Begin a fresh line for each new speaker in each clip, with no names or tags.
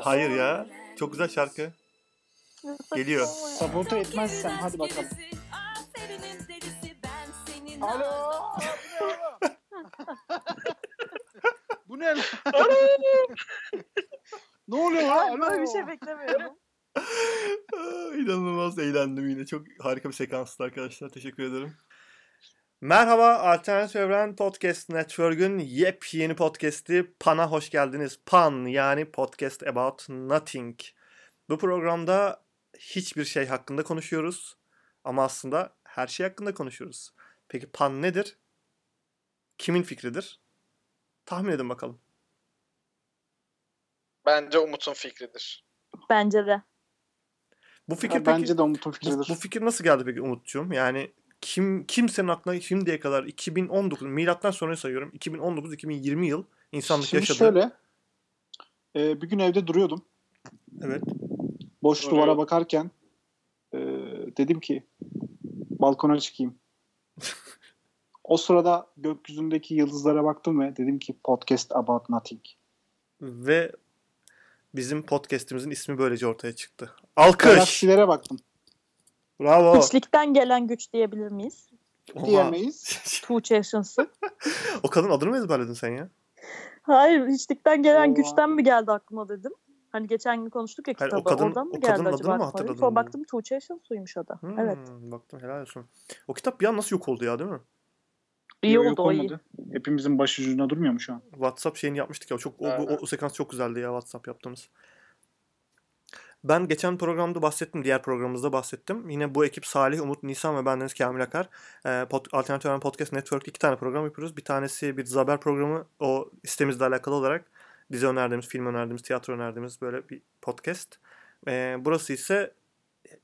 Hayır ya. Çok güzel şarkı. Geliyor.
Sabote etmezsen hadi bakalım. Alo.
Bu ne lan? ne oluyor lan?
Böyle
Alo.
bir şey beklemiyorum.
Aa, İnanılmaz eğlendim yine. Çok harika bir sekanstı arkadaşlar. Teşekkür ederim. Merhaba Alternatif Evren Podcast Network'ün yepyeni podcast'i Pan'a hoş geldiniz. Pan yani Podcast About Nothing. Bu programda hiçbir şey hakkında konuşuyoruz ama aslında her şey hakkında konuşuyoruz. Peki Pan nedir? Kimin fikridir? Tahmin edin bakalım.
Bence Umut'un fikridir.
Bence de.
Bu fikir
Ya,
peki...
bence de Umut'un
Bu,
fikridir.
bu fikir nasıl geldi peki Umut'cuğum? Yani kim kimsenin aklına şimdiye kadar 2019 milattan sonra sayıyorum 2019-2020 yıl insanlık
Şimdi
yaşadı.
şöyle. e, bir gün evde duruyordum.
Evet.
Boş
Duruyor.
duvara bakarken e, dedim ki balkona çıkayım. o sırada gökyüzündeki yıldızlara baktım ve dedim ki podcast about nothing.
Ve bizim podcast'imizin ismi böylece ortaya çıktı. Alkış.
Galaksilere baktım.
Bravo.
Hiçlikten gelen güç diyebilir miyiz?
Oha.
Diyemeyiz.
Tuğçe yaşansın.
o kadın adını mı ezberledin sen ya?
Hayır hiçlikten gelen
Oha.
güçten mi geldi aklıma dedim. Hani geçen gün konuştuk ya
Hayır,
kitabı.
o kadın-
Oradan mı
o
geldi
kadının adını
acaba?
mı
aklıma?
hatırladın
Sonra
mı?
baktım Tuğçe Yaşansu'ymuş o da.
Hmm,
Evet.
Baktım helal olsun. O kitap bir an nasıl yok oldu ya değil mi?
İyi
Yok,
oldu
yok
o iyi.
olmadı. Hepimizin başı ucunda durmuyor mu şu an?
WhatsApp şeyini yapmıştık ya. Çok o, bu-
Aynen.
o sekans çok güzeldi ya WhatsApp yaptığımız. Ben geçen programda bahsettim. Diğer programımızda bahsettim. Yine bu ekip Salih, Umut, Nisan ve bendeniz Kamil Akar. Ee, pod, Alternatif Öğren Podcast Network iki tane program yapıyoruz. Bir tanesi bir Zaber programı. O istemizle alakalı olarak dizi önerdiğimiz, film önerdiğimiz, tiyatro önerdiğimiz böyle bir podcast. Ee, burası ise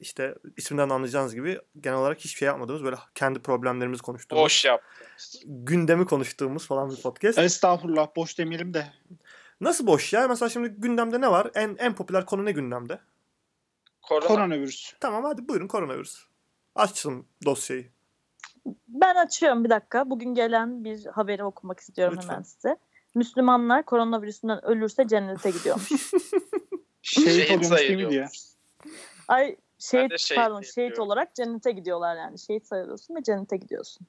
işte isminden anlayacağınız gibi genel olarak hiçbir şey yapmadığımız böyle kendi problemlerimizi konuştuğumuz,
Boş yap.
gündemi konuştuğumuz falan bir podcast.
Estağfurullah boş demeyelim de.
Nasıl boş ya? Mesela şimdi gündemde ne var? En en popüler konu ne gündemde?
Korona.
Koronavirüs.
Tamam hadi buyurun koronavirüs. Açtım dosyayı.
Ben açıyorum bir dakika. Bugün gelen bir haberi okumak istiyorum
Lütfen.
hemen size. Müslümanlar koronavirüsünden ölürse cennete gidiyormuş.
Şehit
Şehit
oluyormuş değil miydi ya?
sayılıyormuş.
Ay
Ben
şehit,
de şehit
pardon
diye
şehit
biliyorum.
olarak cennete gidiyorlar yani. Şehit sayılıyorsun ve cennete gidiyorsun.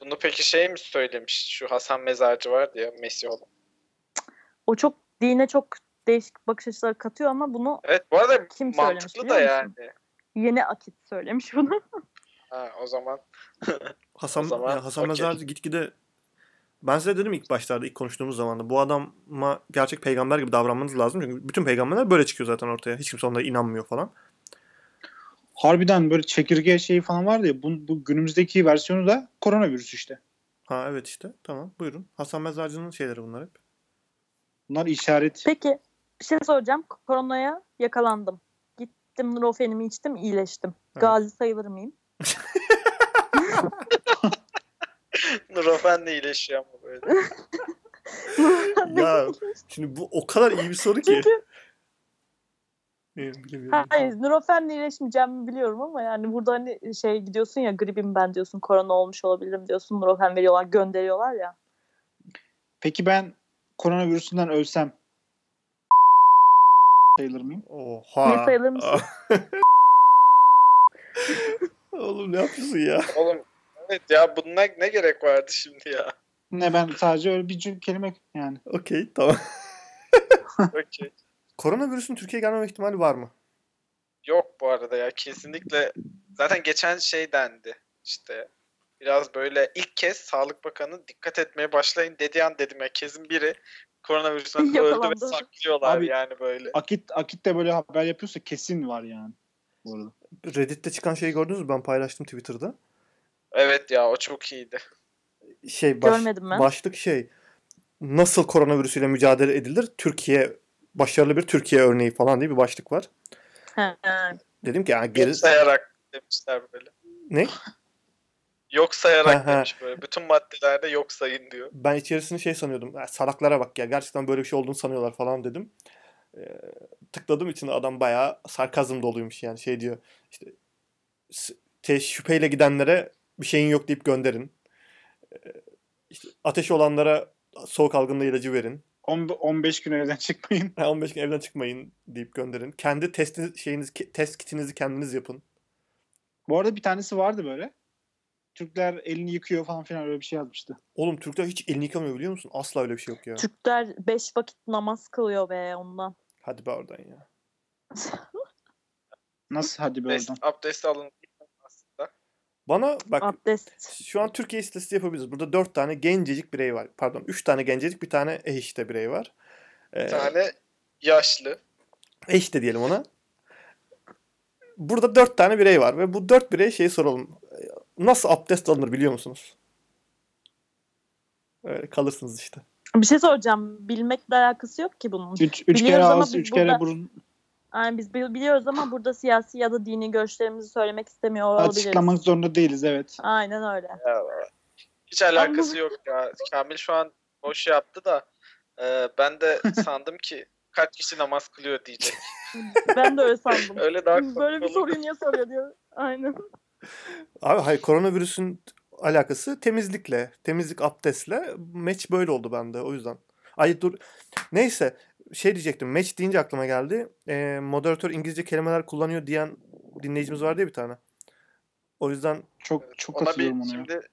Bunu peki şey mi söylemiş? Şu Hasan Mezarcı vardı ya Mesih olan.
O çok dine çok değişik bakış açıları katıyor ama bunu
Evet bu arada
Kim söylemiş
mantıklı
biliyor
da
musun?
yani.
yeni akit söylemiş bunu.
Ha, o zaman
Hasan
O zaman
ya Hasan
okey.
Mezarcı gitgide ben size dedim ilk başlarda ilk konuştuğumuz zaman da bu adama gerçek peygamber gibi davranmanız lazım. Çünkü bütün peygamberler böyle çıkıyor zaten ortaya. Hiç kimse onlara inanmıyor falan.
Harbiden böyle çekirge şeyi falan vardı ya. Bu, bu günümüzdeki versiyonu da koronavirüs işte.
Ha evet işte tamam buyurun. Hasan Mezarcı'nın şeyleri bunlar hep.
Bunlar işaret.
Peki bir şey soracağım. Koronaya yakalandım. Gittim Nurofen'imi içtim iyileştim.
Evet.
Gazi sayılır mıyım?
Nurofen de iyileşiyor ama böyle.
ya şimdi bu o kadar iyi bir soru ki.
Çünkü-
Ee, bilemiyorum.
Hayır Nurofen'le iyileşmeyeceğimi biliyorum ama yani burada hani şey gidiyorsun ya gripim ben diyorsun korona olmuş olabilirim diyorsun Nurofen veriyorlar gönderiyorlar ya.
Peki ben koronavirüsünden ölsem sayılır mıyım?
Oha.
Ne sayılır mısın?
Oğlum ne yapıyorsun ya?
Oğlum evet ya bununla ne gerek vardı şimdi ya?
Ne ben sadece öyle bir cüm- kelime yani.
Okey tamam.
Okey.
Koronavirüsün Türkiye'ye gelmeme ihtimali var mı?
Yok bu arada ya kesinlikle. Zaten geçen şey dendi işte. Biraz böyle ilk kez Sağlık Bakanı dikkat etmeye başlayın dediği an dedim ya kesin biri koronavirüsten öldü ve
Yakalandı.
saklıyorlar
Abi-
yani böyle.
Akit Akit de böyle haber yapıyorsa kesin var yani. Bu arada.
Reddit'te çıkan şeyi gördünüz mü? Ben paylaştım Twitter'da.
Evet ya o çok iyiydi.
Şey baş-
Görmedim ben.
başlık şey nasıl koronavirüsüyle mücadele edilir? Türkiye başarılı bir Türkiye örneği falan diye bir başlık var.
He.
Dedim ki yani geri
Yok sayarak demişler böyle.
ne?
Yok
Ha,
sayarak
ha.
demiş böyle. Bütün maddelerde yok sayın diyor.
Ben içerisini şey sanıyordum. "Ya salaklara bak ya gerçekten böyle bir şey olduğunu sanıyorlar falan dedim. Ee, tıkladım içinde adam bayağı sarkazm doluymuş yani şey diyor. işte "S- te- şüpheyle gidenlere bir şeyin yok deyip gönderin. Ee, işte ateşi olanlara soğuk algınlığı ilacı verin.
On- 15 gün evden çıkmayın.
Ha, 15 gün evden çıkmayın deyip gönderin. Kendi testiniz, şeyiniz, ki- test kitinizi kendiniz yapın.
Bu arada bir tanesi vardı böyle. Türkler elini yıkıyor falan filan öyle bir şey yazmıştı.
Oğlum Türkler hiç elini yıkamıyor biliyor musun? Asla öyle bir şey yok ya.
Türkler beş vakit namaz kılıyor be ondan.
Hadi be oradan ya.
Nasıl hadi be
Abdest,
oradan.
abdest alın aslında.
Bana bak
Abdest.
şu an Türkiye listesi yapabiliriz. Burada 4 tane gencecik birey var. Pardon 3 tane gencecik bir tane ehişte birey var. Ee,
Bir tane yaşlı.
eş de diyelim ona. Burada dört tane birey var ve bu dört bireye şey soralım. Nasıl abdest alınır biliyor musunuz? Öyle kalırsınız işte.
Bir şey soracağım. Bilmekle alakası yok ki bunun.
Üç, üç kere
Biliyoruz ama
ağız,
biz
üç kere
burada-
burun.
Yani biz bil- biliyoruz ama burada siyasi ya da dini görüşlerimizi söylemek istemiyor olabiliriz.
Açıklamak zorunda değiliz evet.
Aynen öyle.
Ya, hiç alakası yok ya. Kamil şu an boş yaptı da e, ben de sandım ki kaç kişi namaz kılıyor diyecek.
Ben de öyle sandım.
Öyle daha komik
Böyle bir
olur.
soruyu niye soruyor diyor. Aynen.
Abi hayır koronavirüsün alakası temizlikle. Temizlik abdestle. Meç böyle oldu bende o yüzden. Ay dur. Neyse şey diyecektim. Meç deyince aklıma geldi. Ee, moderatör İngilizce kelimeler kullanıyor diyen dinleyicimiz var diye bir tane. O yüzden
Çok çok
Ona
katılıyorum
bir
ona. ya.
şimdi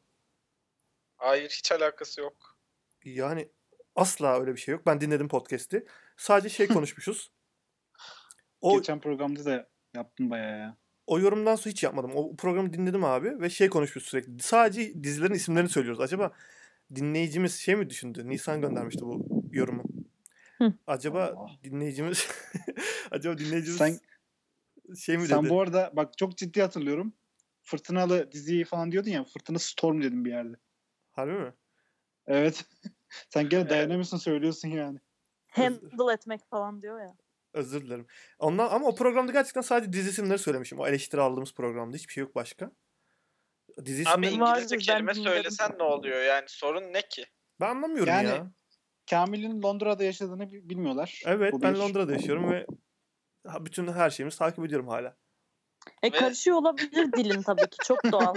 Hayır hiç alakası yok.
Yani asla öyle bir şey yok. Ben dinledim podcast'i. Sadece şey konuşmuşuz. O,
Geçen programda da yaptım bayağı ya.
o yorumdan sonra hiç yapmadım. O programı dinledim abi ve şey konuşmuşuz sürekli. Sadece dizilerin isimlerini söylüyoruz. Acaba dinleyicimiz şey mi düşündü? Nisan göndermişti bu yorumu.
Hı.
Acaba
Allah.
dinleyicimiz acaba dinleyicimiz
Sen,
şey mi
sen
dedi?
bu arada bak çok ciddi hatırlıyorum. Fırtınalı diziyi falan diyordun ya. Fırtına Storm dedim bir yerde.
Harbi mi?
Evet. sen gene
Ee,
Evet.
dayanamıyorsun söylüyorsun yani.
Handle etmek falan diyor ya.
Özür dilerim. Ondan ama o programda gerçekten sadece dizi isimleri söylemişim. O eleştiri aldığımız programda hiçbir şey yok başka. Dizi
Abi
isimleri
Var
İngilizce
ben
kelime
dinlerim.
söylesen ne oluyor yani sorun ne ki?
ben anlamıyorum
Yani-
ya.
Kamil'in Londra'da yaşadığını bi- bilmiyorlar.
Evet
Bu
ben
bir.
Londra'da yaşıyorum ve ha- bütün her şeyimizi takip ediyorum hala.
E
Ve-
karışıyor olabilir dilin tabii ki. Çok doğal.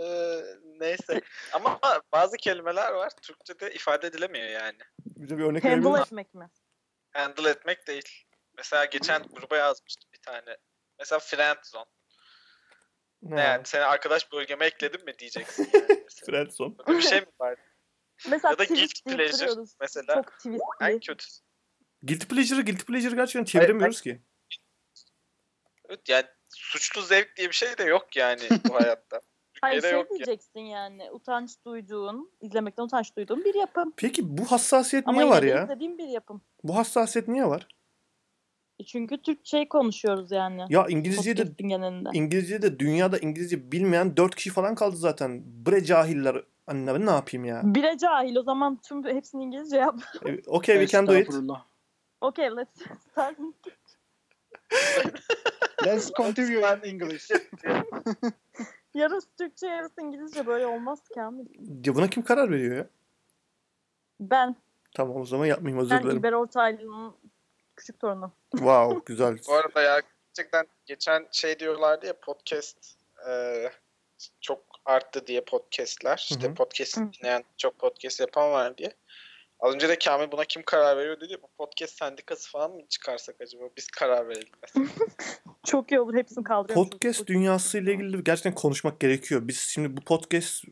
Ee, neyse ama bazı kelimeler var Türkçe'de ifade edilemiyor yani.
Bir de bir örnek verebilir
Handle
misin?
etmek mi?
Handle etmek değil. Mesela geçen gruba yazmıştım bir tane. Mesela friend zone.
Ha,
Ne yani seni arkadaş bölgeme ekledim mi diyeceksin. Yani. Mesela.
Fredson.
Böyle bir şey mi var?
Mesela
Ya da
twist deyip
guilty pleasure
duruyoruz.
mesela.
Çok twistli.
En kötüsü.
Guilty Pleasure'ı Guilty Pleasure gerçekten çeviremiyoruz ki.
Evet, yani suçlu zevk diye bir şey de yok yani bu hayatta.
Hayır
Türkiye'de
şey
yok yani.
diyeceksin yani. Utanç duyduğun, izlemekten utanç duyduğun bir yapım.
Peki bu hassasiyet
Ama
niye var
yine de
ya?
izlediğin bir yapım.
Bu hassasiyet niye var?
E Çünkü Türkçeyi konuşuyoruz yani.
Ya İngilizce'de
Podcast'in genelinde.
İngilizce'de dünyada İngilizce bilmeyen 4 kişi falan kaldı zaten. Bre cahiller. Anne ben ne yapayım ya?
Bire cahil o zaman tüm hepsini İngilizce yap.
E, okay we can do it.
şey. Estağfurullah.
Okay let's start.
Let's continue in English.
Yarısı Türkçe yarısı İngilizce böyle olmaz ki Kamil.
Ya buna kim karar veriyor ya?
Ben,
Tamam o zaman yapmayayım özür
ben
dilerim.
İber Ortaylı'nın küçük torunu.
wow güzel.
Bu arada ya gerçekten geçen şey diyorlardı ya podcast e, çok arttı diye podcastler.
Hı
İşte
hı.
podcast
Hı.
dinleyen çok podcast yapan var diye. Az önce de Kamil buna kim karar veriyor dedi. Bu podcast sendikası falan mı çıkarsak acaba? Biz karar verelim mesela.
Çok iyi olur hepsini kaldırıyormuşuz.
podcast dünyasıyla ilgili gerçekten konuşmak gerekiyor. Biz şimdi bu podcast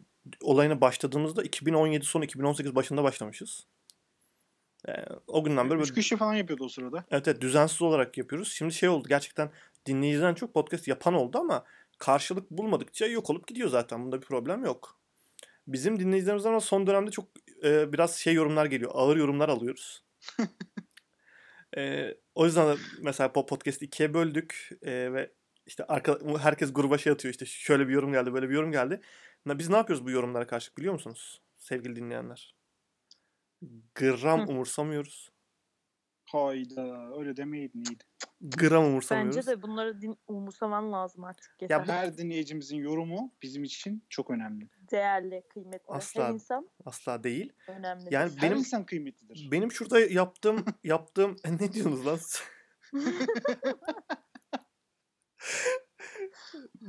olayına başladığımızda 2017 sonu 2018 başında başlamışız. Ee, o günden beri
Üç
böyle,
kişi falan yapıyordu o sırada.
evet, evet, düzensiz olarak yapıyoruz. Şimdi şey oldu gerçekten dinleyiciden çok podcast yapan oldu ama karşılık bulmadıkça yok olup gidiyor zaten. Bunda bir problem yok. Bizim dinleyicilerimizden ama son dönemde çok e, biraz şey yorumlar geliyor. Ağır yorumlar alıyoruz. E, o yüzden de mesela po- podcast'i ikiye böldük e, ve işte arka, herkes gruba şey atıyor işte şöyle bir yorum geldi böyle bir yorum geldi. Na- Biz ne yapıyoruz bu yorumlara karşılık biliyor musunuz sevgili dinleyenler? Gram
Hı.
umursamıyoruz.
Hayda öyle demeyin iyiydi.
Gram umursamıyoruz.
Bence de bunları din- umursaman lazım artık.
bu-
Yeter.
Her dinleyicimizin yorumu bizim için çok önemli.
Değerli, kıymetli.
Asla.
Her insan
Asla değil.
önemli.
Yani
Her
benim
insan kıymetlidir.
benim şurada yaptığım yaptığım e, ne diyorsunuz lan?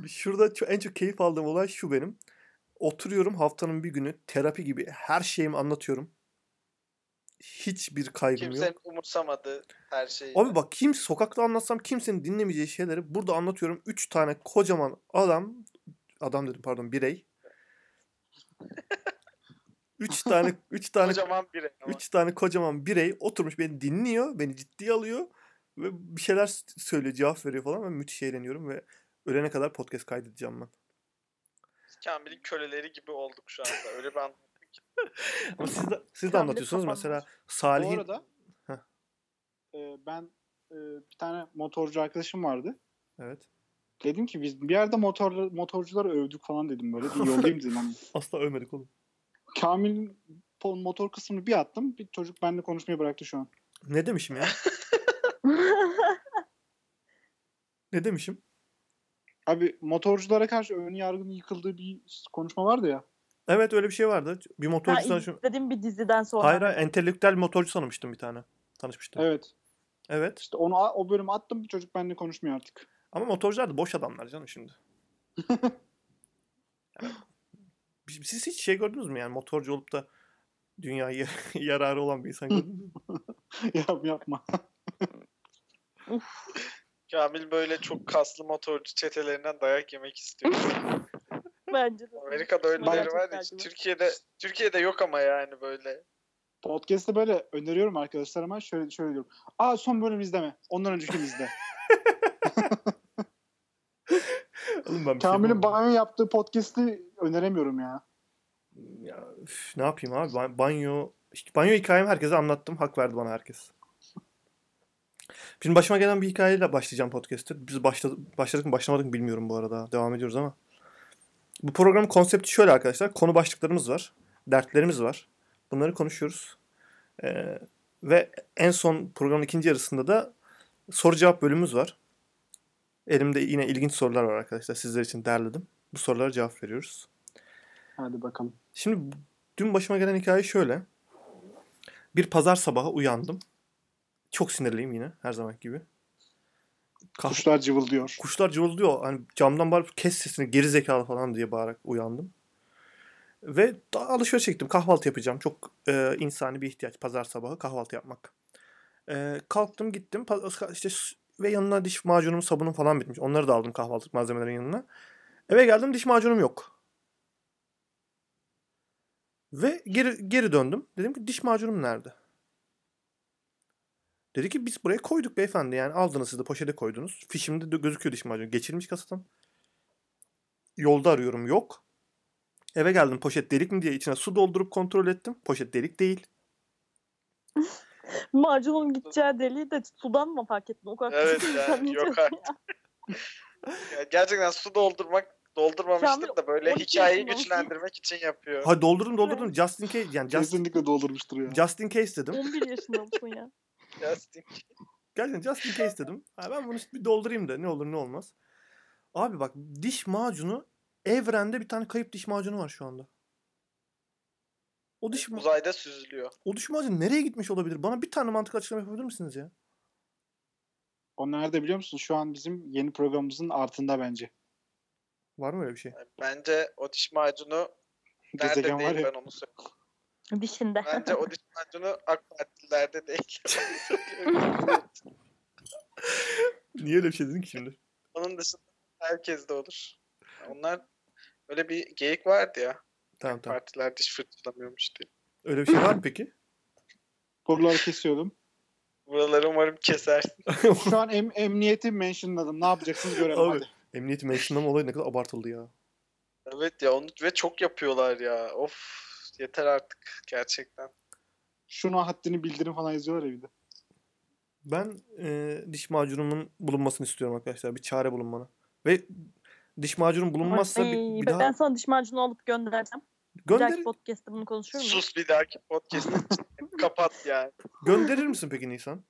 Şurada ço- en çok keyif aldığım olay şu benim. Oturuyorum haftanın bir günü terapi gibi her şeyimi anlatıyorum. Hiçbir kaygım yok.
Kimsenin umursamadığı her şeyi.
Abi bak kim sokakta anlatsam kimsenin dinlemeyeceği şeyleri burada anlatıyorum. Üç tane kocaman adam adam dedim pardon birey. Üç tane üç tane
Kocaman biri. ama.
hani üç tane kocaman birey oturmuş beni dinliyor, beni ciddiye alıyor ve bir şeyler s- söylüyor, cevap veriyor falan. Ben müthiş eğleniyorum ve ölene kadar podcast kaydedeceğim ben.
Kamil'in köleleri gibi olduk şu anda. Öyle bir an.
Ama siz de, siz de
Kamil'in
anlatıyorsunuz
kapanması.
mesela
Bu
Salih'in
arada
Heh.
e, ben e, bir tane motorcu arkadaşım vardı.
evet.
Dedim ki biz bir yerde motor, motorcuları övdük falan dedim böyle. Bir yollayayım dedim. Hani
Asla ölmedik oğlum.
Kamil'in po- motor kısmını bir attım. Bir çocuk benimle konuşmayı bıraktı şu an.
Ne demişim ya? Ne demişim?
Abi motorculara karşı ön yargının yıkıldığı bir konuşma vardı ya.
Evet öyle bir şey vardı. Bir
ben
motorcu tanışım.
izlediğim bir diziden sonra.
Hayır hayır entelektüel motorcu tanımıştım bir tane. Tanışmıştım. Evet.
Evet. İşte onu a- o bölümü attım. Bir çocuk benimle konuşmuyor artık.
Ama motorcular da boş adamlar canım şimdi. Yani biz- siz hiç şey gördünüz mü yani motorcu olup da dünyaya yararı olan bir insan gördünüz mü?
ya yapma.
Kamil böyle çok kaslı motorcu çetelerinden dayak yemek istiyor.
Bence de.
Amerika'da öyleleri var ya. işte Türkiye'de Türkiye'de yok ama yani böyle.
Podcast'te böyle öneriyorum arkadaşlarıma. Şöyle şöyle diyorum. Aa son bölüm izleme. Ondan önceki izle.
Oğlum ben bir şey
Kamil'in
yapamam.
banyo yaptığı podcast'i öneremiyorum ya.
Ya, üf, ne yapayım abi Ba- banyo işte banyo hikayemi herkese anlattım hak verdi bana herkes. Şimdi başıma gelen bir hikayeyle başlayacağım podcast'ı. Biz başladık, başladık mı başlamadık mı bilmiyorum bu arada. Devam ediyoruz ama. Bu programın konsepti şöyle arkadaşlar. Konu başlıklarımız var. Dertlerimiz var. Bunları konuşuyoruz. Ee, ve en son programın ikinci yarısında da soru cevap bölümümüz var. Elimde yine ilginç sorular var arkadaşlar. Sizler için derledim. Bu sorulara cevap veriyoruz.
Hadi bakalım.
Şimdi bu- dün başıma gelen hikaye şöyle. Bir pazar sabahı uyandım. Çok sinirliyim yine her zaman gibi. Kah-
Kuşlar cıvıldıyor.
Kuşlar cıvıldıyor. Hani camdan bağırıp kes sesini geri zekalı falan diye bağırarak uyandım. Ve daha alışveriş çektim. Kahvaltı yapacağım. Çok e, insani bir ihtiyaç pazar sabahı kahvaltı yapmak. E, kalktım gittim. Pa- işte s- ve yanına diş macunum, sabunum falan bitmiş. Onları da aldım kahvaltılık malzemelerin yanına. Eve geldim diş macunum yok. Ve geri, geri döndüm. Dedim ki diş macunum nerede? Dedi ki biz buraya koyduk beyefendi yani aldınız siz de poşete koydunuz. Fişimde de gözüküyor diş macunu. Geçirmiş kasadan. Yolda arıyorum yok. Eve geldim poşet delik mi diye içine su doldurup kontrol ettim. Poşet delik değil.
Macunun gideceği deliği de sudan mı fark ettin? O kadar
Evet
küçük
ya.
insan
Yok
için.
artık. Ya gerçekten su doldurmak doldurmamıştır
Kamil
da böyle
12
hikayeyi
yaşında olsun.
güçlendirmek için yapıyor.
Ha doldurdum doldurdum. Just in case yani just,
Kesinlikle doldurmuştur ya.
just in case dedim.
11 yaşında mısın ya?
Justin.
Gerçekten just in case dedim. Ha, ben bunu bir doldurayım da ne olur ne olmaz. Abi bak diş macunu evrende bir tane kayıp diş macunu var şu anda. O diş, ma-
Uzayda süzülüyor.
o diş macunu nereye gitmiş olabilir? Bana bir tane mantıklı açıklama yapabilir misiniz ya?
O nerede biliyor musun? Şu an bizim yeni programımızın artında bence.
Var mı öyle bir şey?
Yani bence o diş macunu nerede
Gezegen var
değil
ya.
ben onu söyleyeyim.
Dişinde.
Bence o diş macunu AK Partililerde değil.
Niye öyle bir şey dedin ki şimdi?
Onun dışında herkes de olur. Onlar öyle bir geyik vardı ya.
Tamam tamam.
Partiler diş fırçalamıyormuş diye.
Öyle bir şey var mı peki?
Buraları kesiyordum.
Buraları umarım kesersin.
Şu an em- emniyeti mentionladım. Ne yapacaksınız görelim
Abi.
hadi.
Emniyet mentionlama olayı ne kadar abartıldı ya.
Evet ya onu ve çok yapıyorlar ya. Of yeter artık gerçekten.
Şuna haddini bildirin falan yazıyorlar ya bir de.
Ben e, diş macunumun bulunmasını istiyorum arkadaşlar. Bir çare bulun bana. Ve diş macunum bulunmazsa bir,
Ay,
bir
ben
daha
sana diş macunu alıp göndereceğim. Bir
gönder
dahaki podcast'te bunu konuşur muyuz?
Sus bir dahaki podcast'ı kapat yani.
gönderir misin peki Nisan?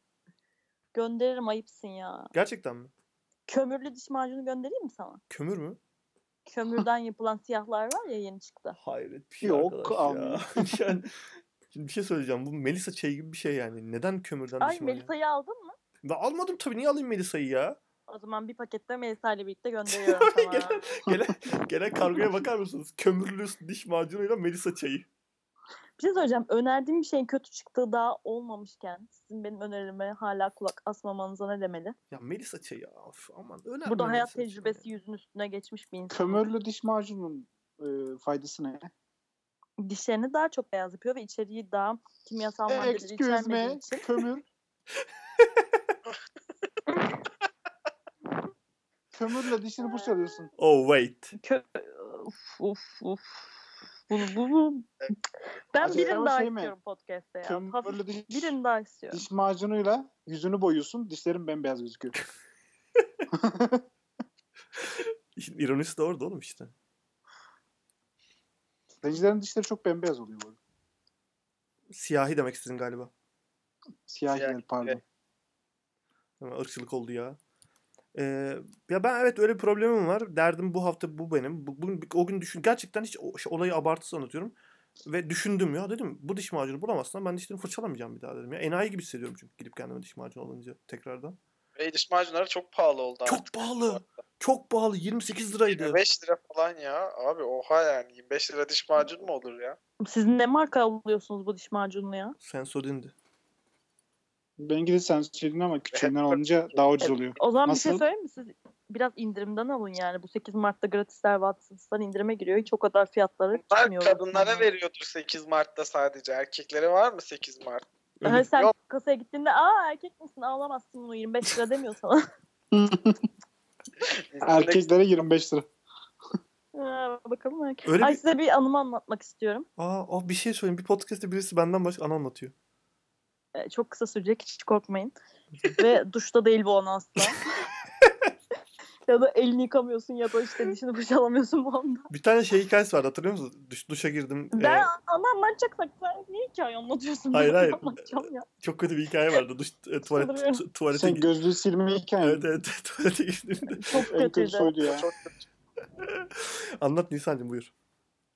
Gönderirim ayıpsın ya.
Gerçekten mi?
Kömürlü diş macunu göndereyim mi sana?
Kömür mü?
Kömürden yapılan siyahlar var ya yeni çıktı.
Hayret bir
şey Yok arkadaş ya.
yani, şimdi bir şey söyleyeceğim. Bu Melisa çayı gibi bir şey yani. Neden kömürden
Ay
diş macunu?
Melisa'yı aldın mı?
Ben almadım tabii. Niye alayım Melisa'yı ya?
O zaman bir pakette Melisa ile birlikte gönderiyorum sana.
Gelen, gelen, gelen kargoya bakar mısınız? Kömürlü diş macunuyla Melisa çayı.
bir şey söyleyeceğim. Önerdiğim bir şeyin kötü çıktığı daha olmamışken sizin benim önerime hala kulak asmamanıza ne demeli?
Ya Melisa çayı of aman. Önemli
Burada hayat
Melisa çayı.
tecrübesi yüzün üstüne geçmiş bir insan.
Kömürlü diş macununun e, faydası ne?
Dişlerini daha çok beyaz yapıyor ve içeriği daha kimyasal
E,
maddeleri
Excuse
içermediği
me.
için.
Kömür. Kömürle dişini fırçalıyorsun.
Oh wait.
Kö uf uf uf. Bu, bu, bu. Ben
Acaba
birini
o
daha
şey mi?
istiyorum podcast'te ya.
Kömürlü
Hafif
diş-
birini daha istiyorum.
Diş macunuyla yüzünü boyuyorsun. Dişlerin bembeyaz gözüküyor.
İşin ironisi de orada oğlum işte.
Zencilerin dişleri çok bembeyaz oluyor bu arada.
Siyahi demek istedin galiba.
Siyahiler
Siyahiler.
pardon.
Ama ırkçılık oldu ya. Ee, ya ben evet öyle bir problemim var. Derdim bu hafta bu benim. Bu- Bugün o gün düşün. Gerçekten hiç o- şey, olayı abartısı anlatıyorum. Ve düşündüm ya dedim bu diş macunu bulamazsan ben dişlerimi fırçalamayacağım bir daha dedim. Ya enayi gibi hissediyorum çünkü gidip kendime diş macunu alınca tekrardan.
Ve diş macunları çok pahalı oldu
Çok pahalı. Çok pahalı. 28 liraydı.
25 lira falan ya. Abi oha yani 25 lira diş macun mu olur ya?
Siz ne marka alıyorsunuz bu diş macununu ya?
Sensodin'di.
Ben gidip sen söyledin ama küçüğünden alınca daha ucuz oluyor.
O zaman bir
Nasıl?
şey söyleyeyim mi? Siz biraz indirimden alın yani. Bu 8 Mart'ta gratisler Watson's'tan indirime giriyor. Hiç o kadar fiyatları
Bunlar
çıkmıyor.
kadınlara veriyordur 8 Mart'ta sadece. Erkeklere var mı 8 Mart?
Hani sen
Yok.
kasaya gittiğinde aa erkek misin ağlamazsın bunu 25 lira demiyor sana.
Erkeklere 25 lira.
Ha, Bakalım erkek.
Öyle
Ay
bir-
size bir anımı anlatmak istiyorum.
Aa, aa, bir şey söyleyeyim. Bir podcast'te birisi benden başka ana anlatıyor.
Ee, Çok kısa sürecek hiç korkmayın. Ve duşta değil bu an asla. ya da elini yıkamıyorsun ya da işte dişini fırçalamıyorsun bu anda.
Bir tane şey hikayesi vardı hatırlıyor musunuz? Duş, duşa girdim. Ee,
Ben anı anlatacaksak sen niye hikaye anlatıyorsun?
Hayır,
Ben
hayır.
Anlatacağım ya.
çok kötü bir hikaye vardı. Duş, e, tuvalet,
Sanırım.
tu- tuvalete,
Sen
gi-
gözlüğü silmeyken
evet, evet, tuvalete girdiğimde
Çok
en
kötüydü.
kötüsü oydu ya.
Çok
Anlat Nisan'cığım buyur.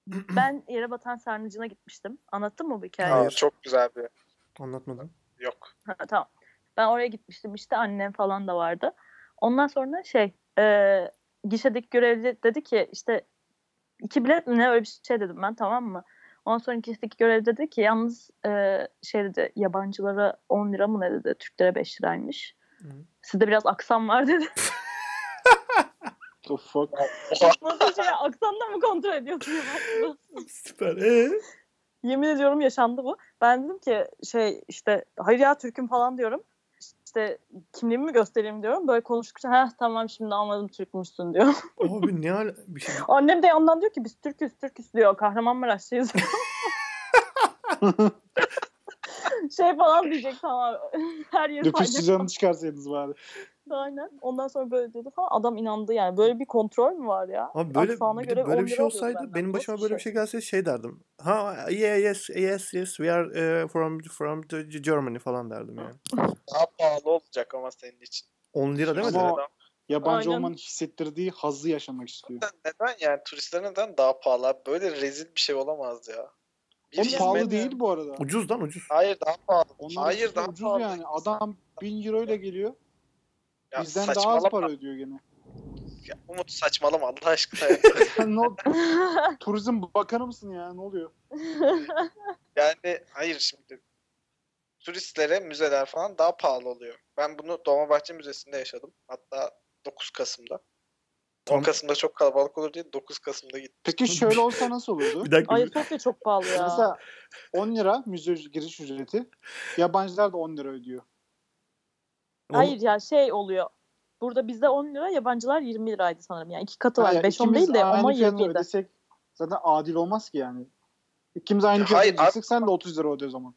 Ben yere batan sarnıcına gitmiştim. Anlattım mı bu hikayeyi?
Hayır.
Aa, çok güzel bir
Anlatmadım.
yok.
Ha, tamam. Ben oraya gitmiştim işte annem falan da vardı. Ondan sonra şey e, gişedeki görevli dedi ki işte iki bilet mi ne öyle bir şey dedim ben tamam mı? Ondan sonra gişedeki görevli dedi ki yalnız e, şey dedi yabancılara 10 lira mı ne dedi Türklere 5 liraymış.
Hı.
Sizde biraz aksam var dedi.
The fuck?
Nasıl şey aksanla mı kontrol ediyorsun yabancıları?
Süper. Ee?
Yemin ediyorum yaşandı bu. Ben dedim ki şey işte hayır ya Türk'üm falan diyorum. İşte kimliğimi mi göstereyim diyorum. Böyle konuştukça ha tamam şimdi anladım Türkmüşsün diyor.
Abi ne al bir şey.
Annem de yandan diyor ki biz Türk'üz Türk'üz diyor. Kahramanmaraşlıyız. şey falan diyecek tamam. Her yeri
Nüfus
aynı.
cüzdanını çıkarsaydınız bari.
Aynen. Ondan sonra böyle dedi falan. Adam inandı yani. Böyle bir kontrol mü var ya?
Abi böyle
Aksana
bir, de
göre
böyle
10
bir şey
lira alıyordu
olsaydı
benden.
benim
Nasıl
başıma böyle bir şey gelse şey derdim. Ha yeah, yes yes yes we are eh, from from the Germany falan derdim yani.
Daha pahalı olacak ama senin için.
10 lira
Şey,
değil mi?
Ama-
Turistlerden-
Yabancı
Aynen.
olmanın hissettirdiği hazzı yaşamak istiyor.
Neden yani turistler neden daha pahalı? abi? Böyle rezil bir şey olamaz ya. Bir
O pahalı
hizmet-
değil bu arada.
Ucuz lan ucuz.
Hayır daha pahalı.
Onlar
Hayır daha
ucuz
pahalı.
yani. Adam 1000 euro ile geliyor.
Ya
bizden daha az
saçmalama.
para ödüyor gene.
Ya Umut saçmalama Allah aşkına. ya.
Sen ne ol- Turizm bakanı mısın ya? Ne oluyor?
yani hayır şimdi. Turistlere müzeler falan daha pahalı oluyor. Ben bunu Dolmabahçe Müzesi'nde yaşadım. Hatta 9 Kasım'da. 10
Tam-
Kasım'da çok kalabalık olur diye 9 Kasım'da gittim.
Peki şöyle olsa nasıl olurdu?
Bir dakika.
Ayasofya çok pahalı ya.
Mesela 10 lira müze giriş ücreti. Yabancılar da 10 lira ödüyor.
Onu-
Hayır ya şey oluyor. Burada bizde 10 lira, yabancılar 20 liraydı sanırım. Yani iki katı
Ha,
var.
ya
5-10
ikimiz
değil de
aynı
10'a
fiyatı
20 idi.
ödesek zaten adil olmaz ki yani. İkimiz aynı
Ya
fiyatı
hayır,
ödeyeceksek sen de 30 lira öde o zaman.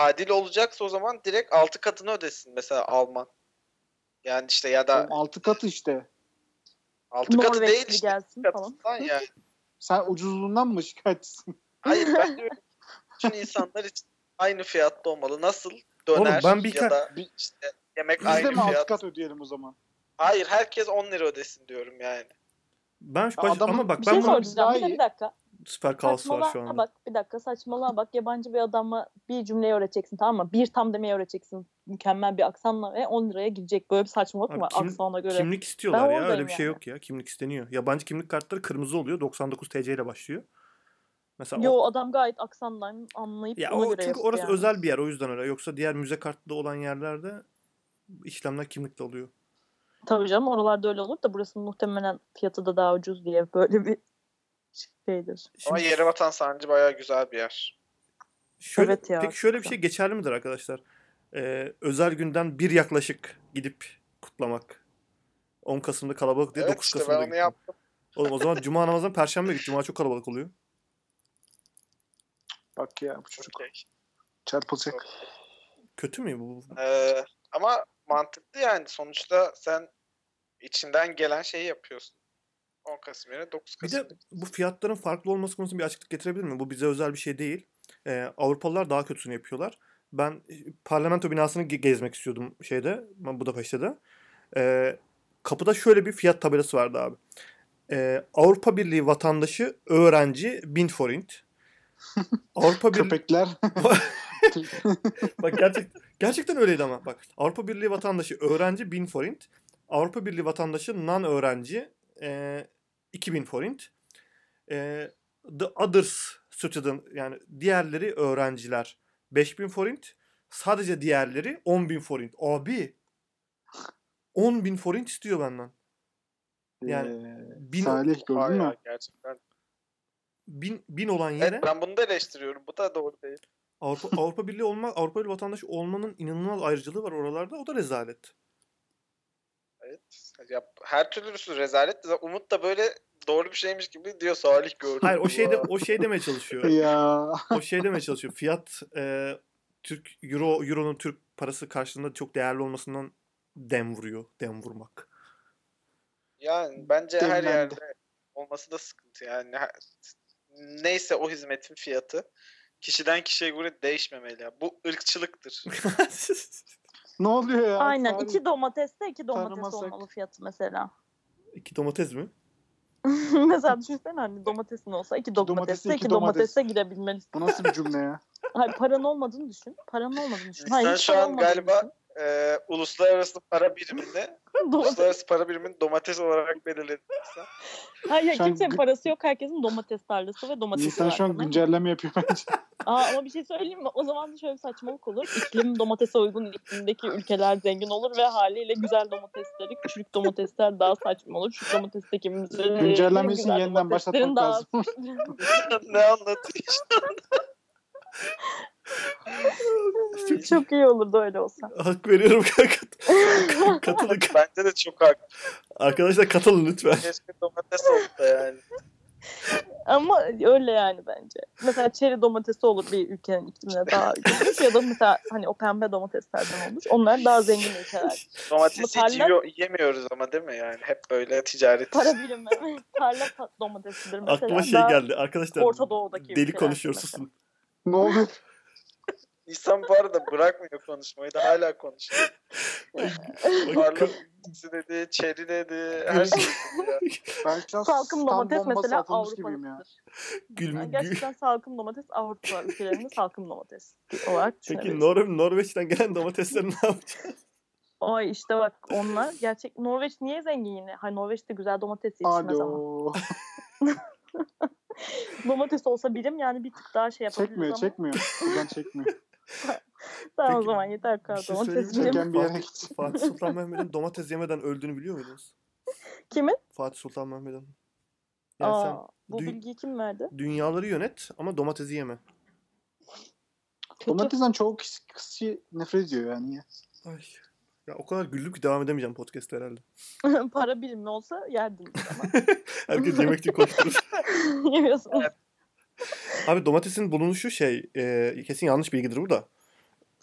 Adil olacaksa o zaman direkt 6 katını ödesin mesela Alman. Yani işte ya da
6 katı işte.
6 katı değil
Norveçli
işte.
gelsin falan.
Katından yani.
Sen ucuzluğundan mı şikayetçisin?
Hayır ben diyorum bütün insanlar için aynı fiyatta olmalı. Nasıl
Oğlum,
döner
ben bir
ya
ka-
da
Bi-
işte yemek
Biz de
aynı
mi 6
fiyat.
kat ödeyelim o zaman?
Hayır herkes 10 lira ödesin diyorum yani.
Ben şu baş-
Adamın-
ama bak
Bir
ben
şey
bunu
bunun
soracağım.
daha
Bir de
iyi.
bir dakika.
Süper kaos var şu anda.
bak bir dakika saçmalığa bak yabancı bir adama bir cümleyi öğreteceksin tamam mı? Bir tam demeyi öğreteceksin mükemmel bir aksanla ve 10 liraya gidecek böyle bir saçmalık
Abi
mı
kim-
aksana göre?
Kimlik istiyorlar
Ben
ya öyle
oradayım
bir şey
yani.
yok ya. Kimlik isteniyor. Yabancı kimlik kartları kırmızı oluyor. 99 TC ile başlıyor. Mesela o-
Yo adam gayet aksandan anlayıp
ya
ona
o
göre
çünkü
yaptı
orası
yani.
özel bir yer o yüzden öyle. Yoksa diğer müze kartlı olan yerlerde işlemler kimlikle oluyor.
Tabii canım oralarda öyle olur da burasının muhtemelen fiyatı da daha ucuz diye böyle bir şeydir.
Ama
Şimdi-
Yerebatan Sancı bayağı güzel bir yer.
Şöyle,
Evet ya,
Peki şöyle bir
güzel.
şey geçerli midir arkadaşlar? Ee, özel günden bir yaklaşık gidip kutlamak. 10 Kasım'da kalabalık diye
evet
9
işte ben
Kasım'da
onu
gittim.
yaptım.
Oğlum o zaman Cuma namazından Perşembe git. Cuma çok kalabalık oluyor.
Bak ya bu çocuk
Okey.
çarpılacak.
Kötü mü bu?
Ee, ama mantıklı yani. Sonuçta sen içinden gelen şeyi yapıyorsun. 10 Kasım yerine 9
Bir
Kasım.
de bu fiyatların farklı olması konusunda bir açıklık getirebilir miyim? Bu bize özel bir şey değil. Ee, Avrupalılar daha kötüsünü yapıyorlar. Ben e, parlamento binasını ge- gezmek istiyordum şeyde, Budapeşte'de. Ee, kapıda şöyle bir fiyat tabelası vardı abi. Ee, Avrupa Birliği vatandaşı öğrenci 1000 forint. Avrupa Birliği
Köpekler.
Bak gerçek, gerçekten öyleydi ama. Bak Avrupa Birliği vatandaşı öğrenci 1000 forint. Avrupa Birliği vatandaşı non öğrenci e, 2000 forint. E, the others citizen yani diğerleri öğrenciler 5000 forint. Sadece diğerleri 10.000 forint. Abi 10.000 forint istiyor benden. Yani
Ee,
Bin,
Salih
Oha
gördün
ya,
mü?
Gerçekten.
bin, bin olan yere
Evet ben bunu da eleştiriyorum. Bu da doğru değil.
Avrupa, Avrupa Birliği olma, Avrupa Birliği vatandaşı olmanın inanılmaz ayrıcalığı var oralarda. O da rezalet.
Evet. Ya, her türlüsü rezalet. Zaten Umut da böyle doğru bir şeymiş gibi diyor Salih gördüm.
Hayır o şeyde
Vay.
o şey demeye çalışıyor.
Ya
o şey demeye çalışıyor. Fiyat e, Türk Euro Euro'nun Türk parası karşılığında çok değerli olmasından dem vuruyor. Dem vurmak.
Yani bence her
Demlendi.
yerde olması da sıkıntı. Yani her- neyse o hizmetin fiyatı kişiden kişiye göre değişmemeli. ya. Bu ırkçılıktır.
ne oluyor ya?
Aynen
Salih?
iki domateste iki domates
Tanımasak.
olmalı fiyatı mesela.
İki domates mi?
mesela düşünsene hani domatesin olsa iki domateste
Domatesle iki
iki
domates.
domatese girebilmelisin.
Bu nasıl bir cümle ya?
Hayır paran olmadığını düşün. Paran olmadığını düşün. Hayır,
Sen
hiç
şu
paran
an
olmadığını
galiba- Ee, uluslararası para birimini
düşün. Domates-
uluslararası para birimini domates olarak belirledi.
Hayır
Şu an
kimsenin
gü-
parası yok. Herkesin domates tarlası ve domates
Nisan şu an
var.
güncelleme yapıyor bence.
Aa, ama bir şey söyleyeyim mi? O zaman da şöyle bir saçmalık olur. İklim domatese uygun iklimdeki ülkeler zengin olur ve haliyle güzel domatesleri, küçük domatesler daha saçma olur. Küçük domatesteki müzeleri,
Güncellenmesi
güzel
yeniden
domateslerin
başlatmak lazım.
ne anlatıyor?
daha... Çok iyi olurdu öyle olsa.
Hak veriyorum kanka. katılın.
Bence de çok haklı.
Arkadaşlar katılın lütfen.
Keşke domates olsa yani.
Ama öyle yani bence. Mesela çeri domatesi olur bir ülkenin iklimine daha uygun. olur. Ya da mesela hani o pembe domateslerden olmuş. Onlar daha zengin ülkeler.
Domatesi
Ama
hiç
tarla-
yiyor- yemiyoruz ama değil mi yani? Hep böyle ticaret.
Para birimi. Tarla pa- domatesidir mesela.
Aklıma şey
Daha
geldi. Arkadaşlar
Orta Doğu'daki
deli
ülkeler
konuşuyor
mesela.
susun.
ne oluyor?
İnsan bu arada bırakmıyor konuşmayı da hala konuşuyor.
Bak,
Parlak dedi, çeri dedi, her şey dedi ya.
Ben şu an
Salkım
stun
domates
bombası
mesela
atılmış gibiyim ya.
Avrupalıdır.
gül,
Yani
gül.
gerçekten salkım domates Avrupa ülkelerinde salkım domates olarak
Peki
düşünebiliriz.
Nor Norveç'ten gelen domatesleri ne yapacağız?
Ay işte bak onlar gerçek Norveç niye zengin yine? Hayır Norveç'te güzel domates yetişmez ama.
Alo.
Domates olsa birim yani bir tık daha şey yapabiliriz
Çekmiyor
ama.
çekmiyor. Buradan çekmiyor.
Tamam o
Peki,
zaman yeter
bir
kadar
şey
domates
söyleyeyim mi?
birim.
Çeken bir yere
Fatih-
git.
Fatih Sultan Mehmet'in domates yemeden öldüğünü biliyor muydunuz?
Kimin?
Fatih Sultan Mehmet'in. Yani sen
Aa, bu
dü-
bilgiyi kim verdi?
dünyaları yönet ama domatesi yeme.
Kötü.
Domatesten çoğu kişi, kişi nefret ediyor yani. ya.
Ay. Ya o kadar güldüm ki devam edemeyeceğim podcast herhalde.
Para birimli olsa yerdim.
Herkes yemek için koşturur.
Yemiyorsun.
Abi domatesin bulunuşu şey e, kesin yanlış bilgidir bu da.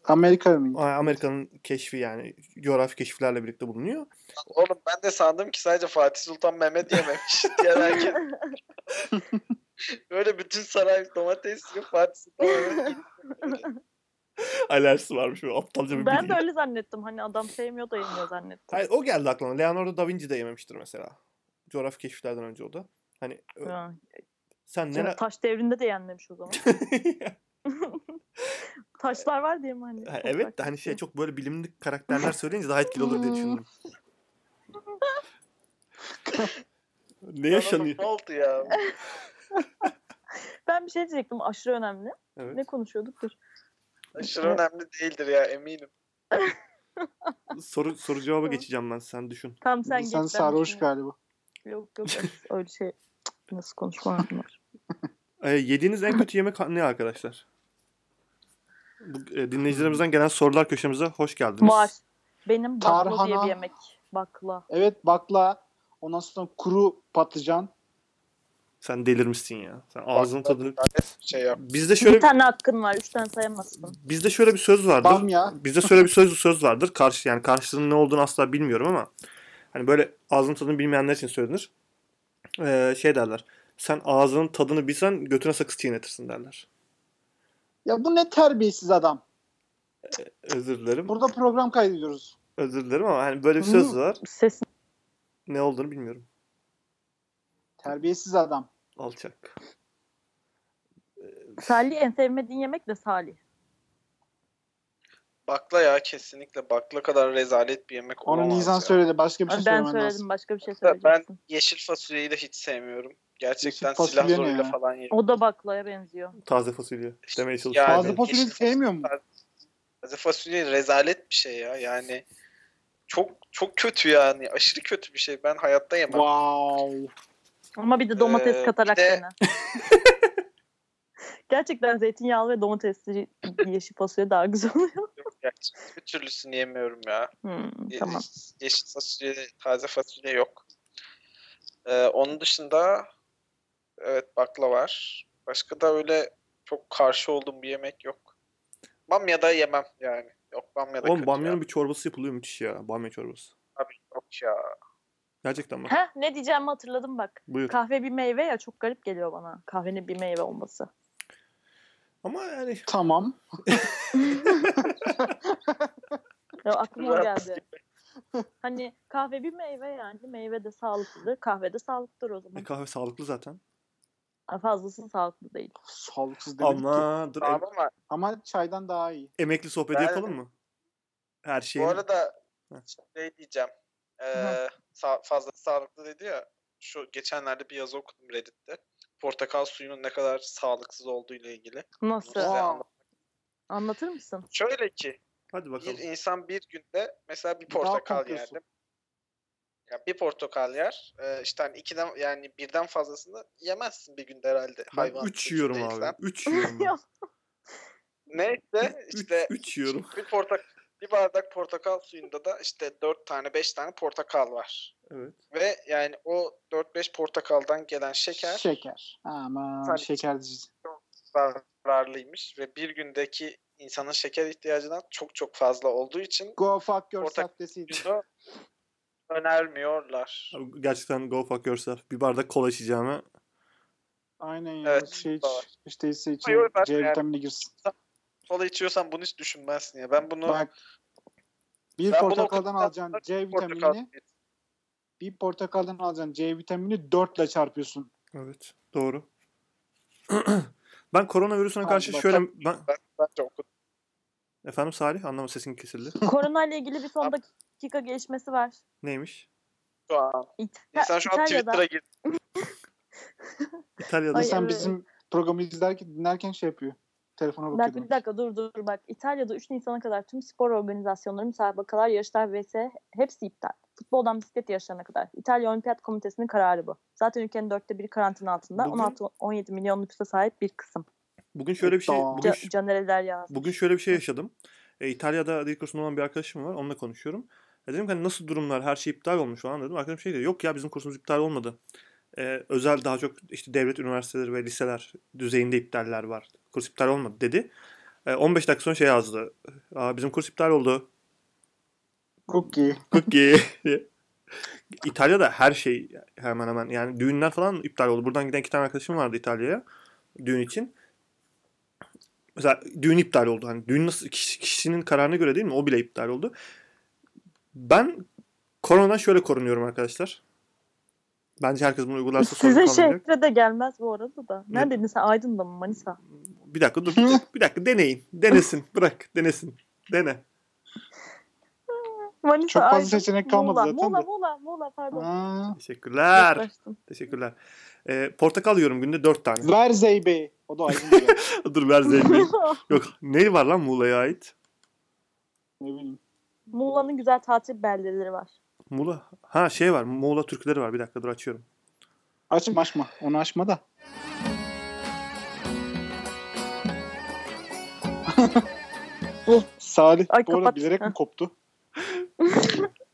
Amerika mı?
A- Amerika'nın keşfi yani coğrafi keşiflerle birlikte bulunuyor.
Oğlum ben de sandım ki sadece Fatih Sultan Mehmet yememiş diye herkes. Böyle bütün saray domates yiyor Fatih Sultan Mehmet yiyor.
Alerjisi varmış böyle aptalca bir
Ben
bilgi.
de öyle zannettim. Hani adam sevmiyor da yemiyor zannettim.
Hayır o geldi aklıma. Leonardo da Vinci de yememiştir mesela. Coğrafi keşiflerden önce o da. Hani ö-
Ha,
Sen
Şimdi
nere...
Taş devrinde de yenmemiş o zaman. Taşlar var diye mi hani?
Ha, evet de hani şey çok böyle bilimli karakterler söyleyince daha etkili olur diye düşündüm. ne yaşanıyor?
Ne oldu ya?
Ben bir şey diyecektim aşırı önemli.
Evet.
Ne konuşuyorduk dur.
Aşırı önemli değildir ya eminim.
Soru, soru cevaba geçeceğim ben sen düşün.
Tamam sen,
Sen,
geç. ben
sarhoş
düşünüyorum.
galiba.
Yok yok öyle şey. Nasıl konuşmam var.
Ee, yediğiniz en kötü yemek ne arkadaşlar? Bu, e, dinleyicilerimizden gelen sorular köşemize hoş geldiniz.
Var. Benim bakla diye
Tarhana.
bir yemek. Bakla.
Evet bakla. Ondan sonra kuru patlıcan.
Sen delirmişsin ya. Sen ağzının
Bakla
tadını...
Bir şey yap.
Bizde şöyle
Bir tane hakkın var. Üç tane sayamazsın.
bizde şöyle bir söz vardır.
Bamya.
Bizde şöyle bir söz söz vardır. Karşı yani karşılığının ne olduğunu asla bilmiyorum ama hani böyle ağzının tadını bilmeyenler için söylenir. Ee, şey derler. Sen ağzının tadını bilsen götüne sakız çiğnetirsin derler.
Ya bu ne terbiyesiz adam.
Özür dilerim.
Burada program kaydediyoruz.
Özür dilerim ama hani böyle bir söz
Hı.
var.
Sesin
Ne olduğunu bilmiyorum.
Terbiyesiz adam.
Alçak.
Salih en sevmediğin yemek de Salih.
Bakla ya kesinlikle. Bakla kadar rezalet bir yemek
Onu
olamaz
Nizan
ya.
söyledi. Başka bir şey
Ben
söylemen
söyledim
lazım.
başka bir şey
Ben-
söyleyeceksin.
Yeşil fasulyeyi de hiç sevmiyorum. Gerçekten
Yeşil
silah
fasulye ne
zoruyla
ya?
falan yerim.
O da baklaya benziyor.
Taze fasulye. Demeye çalışıyorum.
Yani-
Bazı fasulyeyi
Yeşil-
sevmiyor mu?
Taze fasulye rezalet bir şey ya. Yani çok çok kötü yani. Aşırı kötü bir şey. Ben hayatta yemem.
Wow.
Ama bir de domates
Ee,
katarak
bir de-
dene. Gerçekten zeytinyağlı ve domatesli yeşil fasulye daha güzel oluyor.
Gerçekten bir türlüsünü yemiyorum ya.
Hmm,
Ye-
tamam.
Yeşil fasulye, taze fasulye yok. Ee, onun dışında evet bakla var. Başka da öyle çok karşı olduğum bir yemek yok. Bamya da yemem yani. Yok bamya da
Oğlum
kötü
bamyanın
ya.
bir çorbası yapılıyor müthiş ya. Bamya çorbası.
Abi, yok ya.
Gerçekten bak.
Heh, ne diyeceğimi hatırladım bak.
Buyur.
Kahve bir meyve ya çok garip geliyor bana. Kahvenin bir meyve olması.
Ama yani
Tamam.
Ya aklıma o geldi.
şey.
Hani kahve bir meyve yani meyve de sağlıklıdır. Kahve de sağlıklıdır o
e,
zaman.
kahve sağlıklı zaten.
Ha, Fazlası sağlıklı değil.
Sağlıksız demek ki.
Ama dur em-
Tamam ama
Ama çaydan daha iyi.
emekli sohbeti
Ben-
yapalım mı? Her şeyin.
Bu arada
Hı.
şey diyeceğim. Ee, sa- fazla sağlıklı dedi ya. Şu geçenlerde bir yazı okudum Reddit'te. Portakal suyunun ne kadar sağlıksız olduğu ile ilgili. Bunu
Nasıl?
size
Aa.
anlat-
Anlatır mısın?
Şöyle ki
Hadi bakalım.
bir insan bir günde mesela bir
Daha
portakal
korkuyorsun.
yerdim. Ya bir portakal yer. e, işte hani ikiden yani birden fazlasını yemezsin bir günde herhalde.
Ben
Hayvan
3 yiyorum
gücündeysen.
abi. 3 yiyorum. ben.
Ya.
Neyse işte
3 yiyorum.
bir portak bir bardak portakal suyunda da işte 4 tane 5 tane portakal var.
Evet.
Ve yani o 4-5 portakaldan gelen şeker
Şeker. Aman
Tabii.
şeker dizisi.
zararlıymış ve bir gündeki insanın şeker ihtiyacından çok çok fazla olduğu için
Go fuck
Ortak-
yourself deseydi.
bunu önermiyorlar.
Abi gerçekten go fuck yourself. Bir bardak kola içeceğime
Aynen ya.
Evet,
Şey iç.
doğru.
İşte ise iç.
Hayır, ben-
C vitamini girsin.
Kola içiyorsan bunu hiç düşünmezsin ya. Ben bunu
Bak. Bir
Ben bunu
portakaldan
okuduktan
alacaksın
sonra
C
portakal
vitaminini. Bir portakaldan alacaksın C vitamini 4 ile çarpıyorsun.
Evet. Doğru. ben koronavirüsüne
Abi
karşı
bak-
şöyle ben
ben bence okudum.
efendim Salih anlama sesin kesildi.
Korona ile ilgili bir son dakika gelişmesi var.
Neymiş?
şu an.
İta-
İnsan E, şu an
İtalya'da-
Twitter'a girdi.
İtalya'da
Ay,
İnsan
evet.
bizim programı izlerken dinlerken şey yapıyor. Telefona bakıyor.
Bak bir
demek.
dakika dur dur dur. bak İtalya'da 3 Nisan'a kadar tüm spor organizasyonları, müsabakalar, yarışlar vs hepsi iptal. Futboldan bisiklet yarışlarına kadar. İtalya Olimpiyat Komitesi'nin kararı bu. Zaten ülkenin dörtte biri karantina altında.
Bugün-
16-17 milyon nüfusa sahip bir kısım.
Bugün şöyle bir şey
Hatta-
bugün,
Ca- Caner Eder yazmış.
bugün şöyle bir şey yaşadım. E, İtalya'da dil kursunda olan bir arkadaşım var. Onunla konuşuyorum. E, dedim ki hani nasıl durumlar? Her şey iptal olmuş falan dedim. Arkadaşım şey diyor. Yok ya bizim kursumuz iptal olmadı. E, özel daha çok işte devlet üniversiteleri ve liseler düzeyinde iptaller var. Kurs iptal olmadı dedi. E, 15 dakika sonra şey yazdı. Aa, bizim kurs iptal oldu.
Cookie.
Cookie. İtalya'da her şey hemen hemen yani düğünler falan iptal oldu. Buradan giden iki tane arkadaşım vardı İtalya'ya düğün için. Mesela düğün iptal oldu. Hani düğün nasıl kişi- kişinin kararına göre değil mi? O bile iptal oldu. Ben koronadan şöyle korunuyorum arkadaşlar. Bence herkes bunu uygularsa sorun
Size şey-
kalmayacak.
şehre de gelmez bu arada da.
Ne?
Neredeydin sen? Aydın'da mı? Manisa?
Bir dakika dur. bir dakika deneyin. Denesin. Bırak. Denesin. Dene.
Manisa
Çok fazla
Aydın,
seçenek kalmadı
Muğla,
zaten
Muğla,
de.
Muğla, Muğla pardon.
Aa, er.
Teşekkürler.
Yaklaştım.
Teşekkürler. Ee, portakal yiyorum günde 4 tane.
ver Zeybe. O da aydın bir yer.
dur ver zevkliyim. Yok ne var lan Muğla'ya ait?
ne bileyim.
Muğla'nın güzel tatil beldeleri var.
Muğla. Ha şey var. Muğla türküleri var. Bir dakika dur açıyorum.
Açma açma. Onu açma da. Oh, Salih
Ay,
bu arada
kapat.
bilerek mi
Ha.
koptu?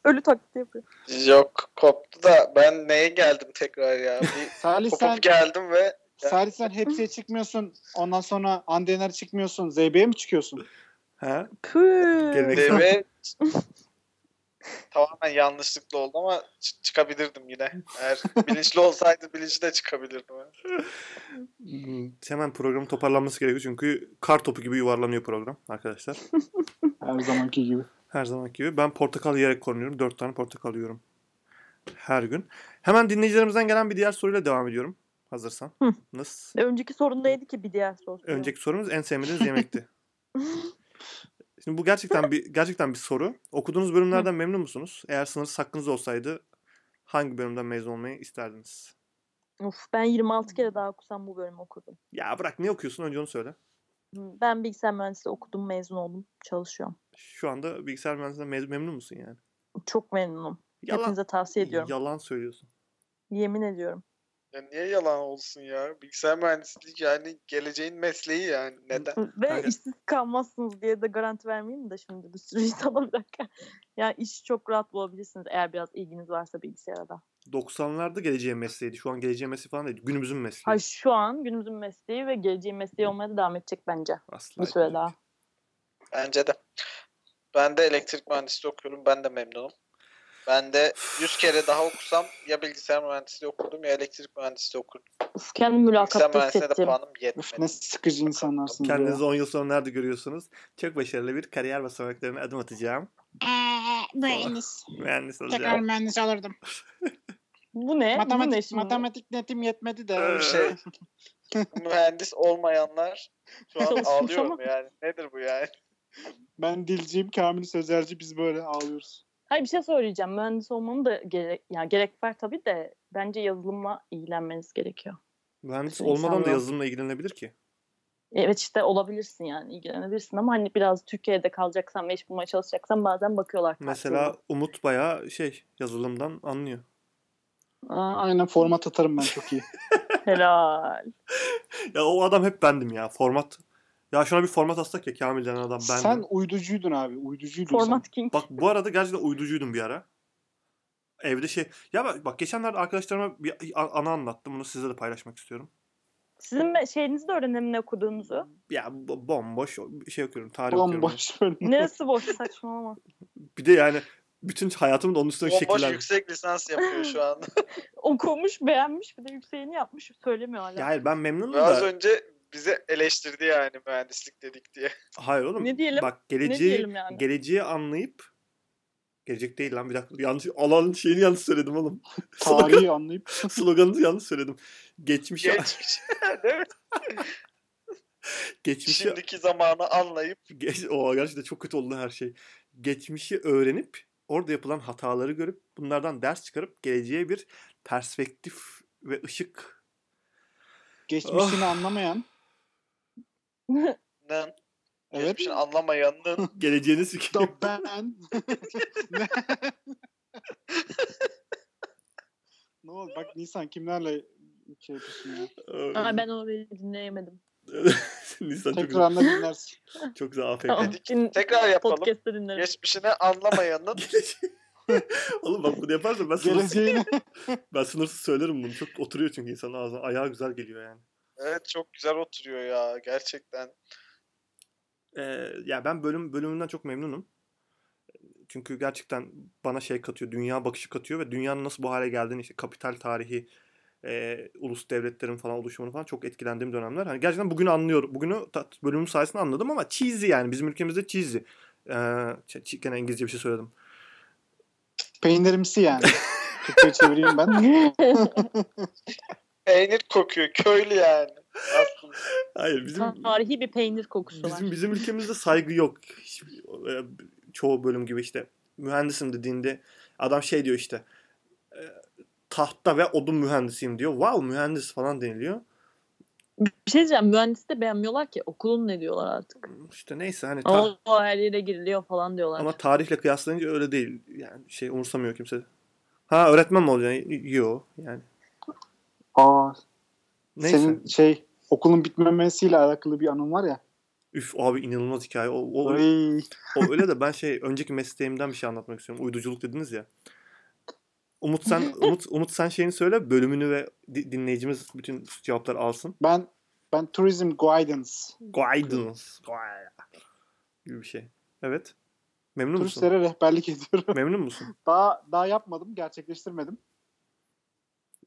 Ölü taklidi yapıyor.
Yok koptu da ben neye geldim tekrar ya? Bir
Salih sen
kopup geldim ve
Salih sen hepsiye çıkmıyorsun. Ondan sonra Andener çıkmıyorsun. Zeybe'ye mi çıkıyorsun?
Ha?
Püh.
Gelenek-
ve tamamen yanlışlıkla oldu ama çı- çıkabilirdim yine. Eğer bilinçli olsaydı bilinçli de çıkabilirdim.
Hmm, Hemen programın toparlanması gerekiyor çünkü kar topu gibi yuvarlanıyor program arkadaşlar.
Her zamanki gibi.
Her zamanki gibi. Ben portakal yiyerek korunuyorum. 4 tane portakal yiyorum. Her gün. Hemen dinleyicilerimizden gelen bir diğer soruyla devam ediyorum. Hazırsan.
Hı.
Nasıl?
Önceki sorundaydı ki bir diğer soru.
Önceki sorumuz en sevmediğiniz yemekti. Şimdi bu gerçekten bir gerçekten bir soru. Okuduğunuz bölümlerden memnun musunuz? Eğer sınırsız hakkınız olsaydı hangi bölümden mezun olmayı isterdiniz?
Of, ben 26 kere daha okusam bu bölümü okudum.
Ya bırak ne okuyorsun önce onu söyle.
Ben bilgisayar mühendisliği okudum, mezun oldum, çalışıyorum.
Şu anda bilgisayar mühendisliğinden mez- memnun musun yani?
Çok memnunum. Hepinize tavsiye ediyorum.
Yalan söylüyorsun.
Yemin ediyorum.
Ya niye yalan olsun ya? Bilgisayar mühendisliği yani geleceğin mesleği yani. Neden?
Ve
Kanka-
işsiz kalmazsınız diye de garanti vermeyeyim de şimdi bir sürü insana bir dakika. Yani iş çok rahat bulabilirsiniz eğer biraz ilginiz varsa bilgisayara da.
90'larda geleceğin mesleğiydi. Şu an geleceğin mesleği falan değil. Günümüzün mesleği.
Hayır şu an günümüzün mesleği ve geleceğin mesleği olmaya da devam edecek bence.
Asla
Bir süre
etmeyecek.
daha.
Bence de. Ben de elektrik mühendisliği okuyorum. Ben de memnunum. Ben de 100 kere daha okusam ya bilgisayar mühendisliği okurdum ya elektrik mühendisliği okurdum.
Uf kendim
Bilgisayar
mülakatta
mühendisliğine de
hissettim.
puanım
Üf
yetmedi.
ne sıkıcı insanlarsınız
Kendinizi
ya.
10 yıl sonra nerede görüyorsunuz? Çok başarılı bir kariyer basamaklarına adım atacağım. Ah,
Eee mühendis.
Mühendis
Tekrar
olacağım.
mühendis alırdım.
Bu ne? Bu ne
Matematik,
şimdi?
matematik netim yetmedi de.
Ee,
Bir şey. Mühendis olmayanlar şu an
Çalışmış
ağlıyorum
ama.
yani. Nedir bu yani?
Ben dilciyim, Kamil Sözerci biz böyle ağlıyoruz.
Hayır bir şey söyleyeceğim. Mühendis olmanın da gerek, yani gerek var tabii de bence yazılımla ilgilenmeniz gerekiyor.
Mühendis
Bütün
olmadan da
insanlar-
yazılımla ilgilenebilir ki.
Evet işte olabilirsin yani ilgilenebilirsin ama hani biraz Türkiye'de kalacaksan ve iş bulmaya çalışacaksan bazen bakıyorlar.
Mesela Umut bayağı şey yazılımdan anlıyor.
Aa, aynen format atarım ben çok iyi.
kartına. Helal.
Ya o adam hep bendim ya. Format. Ya şuna bir format atsak ya Kamil denen adam bendim.
sen uyducuydun abi, uyducuydun
Format King.
Bak bu arada gerçekten uyducuydum bir ara. Evde şey. Ya bak, bak geçenlerde arkadaşlarıma bir a- anı anlattım. Bunu sizle de paylaşmak istiyorum.
Sizin me- şeyinizi de öğrenelim ne okuduğunuzu.
Ya bo- bomboş bir şey okuyorum. Tarih
sen.
okuyorum.
Bomboş bölüm.
Neresi boş saçmalama.
Bir de yani bütün hayatım da onun üstüne
Bomboş
şekillendi.
yüksek lisans yapıyor şu an.
Okumuş beğenmiş bir de yükseğini yapmış söylemiyor hala.
Ya hayır ben memnunum
Ve az
da.
önce bizi eleştirdi yani mühendislik dedik diye.
Hayır oğlum.
Ne diyelim?
Bak
ne
geleceği,
diyelim yani?
geleceği anlayıp Gelecek değil lan bir dakika. Yanlış, alan şeyini yanlış söyledim oğlum. Slogan,
Tarihi anlayıp
sloganını yanlış söyledim. Geçmişi,
Geçmiş. şey, Değil mi?
geçmişi
Şimdiki zamanı anlayıp
Geç, o gerçekten çok kötü oldu her şey. Geçmişi öğrenip orada yapılan hataları görüp bunlardan ders çıkarıp geleceğe bir perspektif ve ışık.
geçmişini
Ah.
anlamayan,
nın,
evet
geçmişini anlamayanın
Geleceğini sikeyim.
da ben. ne oldu? Bak Nisan kimlerle şey yapıyorsun ya.
Aa, ben onu dinleyemedim.
Nisan çok güzel,
Tekrar dinlersin.
çok güzel afk.
Tamam.
Dedik,
din-
tekrar yapalım.
Podcast'te dinlerim.
geçmişini anlamayanın
Geleceği- Oğlum bak bunu yaparsan ben sınırsız,
Geleceğini
ben sınırsız söylerim bunu. Çok oturuyor çünkü insanın ağzına. Ayağı güzel geliyor yani.
evet çok güzel oturuyor ya gerçekten.
Ee, ya ben bölüm bölümünden çok memnunum. Çünkü gerçekten bana şey katıyor, dünya bakışı katıyor ve dünyanın nasıl bu hale geldiğini, işte kapital tarihi, e, ulus devletlerin falan oluşumunu falan çok etkilendiğim dönemler. Hani gerçekten bugün anlıyorum. Bugünü ta- bölümüm sayesinde anladım ama cheesy yani. Bizim ülkemizde cheesy. Ee, ç- ç- gene İngilizce bir şey söyledim.
peynirimsi yani. Türkçe çevireyim ben.
Peynir kokuyor. Köylü yani. Aslında.
Hayır bizim
Tarihi bir peynir kokusu var.
bizim, bizim ülkemizde saygı yok. Hiçbir, e, çoğu bölüm gibi işte mühendisim dediğinde adam şey diyor işte e, tahta ve odun mühendisiyim diyor. Wow mühendis falan deniliyor.
Bir şey diyeceğim mühendisi de beğenmiyorlar ki. Okulun ne diyorlar artık.
İşte neyse hani ta-
Ama o her yere giriliyor falan diyorlar.
ama tarihle kıyaslayınca öyle değil. Yani şey umursamıyor kimse. Ha öğretmen mi olacaksın? Yo yani.
Aa,
Neyse.
senin şey okulun bitmemesiyle alakalı bir anım var ya.
Üf abi inanılmaz hikaye. O, o,
Ay,
o öyle de ben şey önceki mesleğimden bir şey anlatmak istiyorum. Uyduculuk dediniz ya. Umut sen Umut, Umut sen şeyini söyle bölümünü ve di- dinleyicimiz bütün cevapları alsın.
ben ben tourism guidance.
Guidance. Guidance. Gibi bir şey. Evet. Memnun musun?
Turistlere rehberlik ediyorum.
Memnun musun?
daha daha yapmadım, gerçekleştirmedim.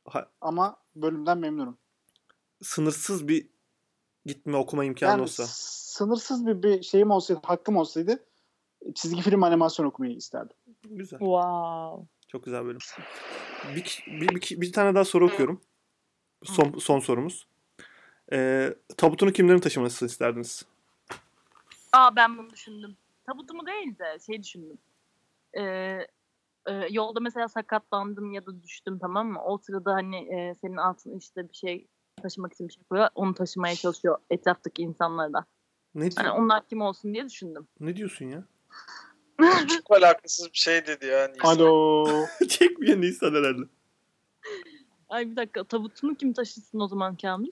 Ha-
Ama bölümden memnunum.
Sınırsız bir gitme okuma imkanı
Yani
olsa.
sınırsız bir, bir şeyim olsaydı, hakkım olsaydı çizgi film animasyon okumayı isterdim.
Güzel.
Wow.
Çok güzel bölüm. Bir, ki- bir, bir, ki- bir tane daha soru okuyorum. Son, son sorumuz. Ee, tabutunu kimlerin taşımasını isterdiniz?
Aa ben bunu düşündüm. Tabutumu değil de şey düşündüm. Ee, e, yolda mesela sakatlandım ya da düştüm tamam mı? O sırada hani e, senin altına işte bir şey taşımak için bir şey koyuyor. Onu taşımaya çalışıyor etraftaki insanlar da.
Ne, di-
Hani onlar kim olsun diye düşündüm.
ne diyorsun ya?
Çok alakasız bir şey dedi yani.
Alo.
Çekmeyen insan herhalde.
Ay bir dakika tabutunu kim taşısın o zaman Kamil?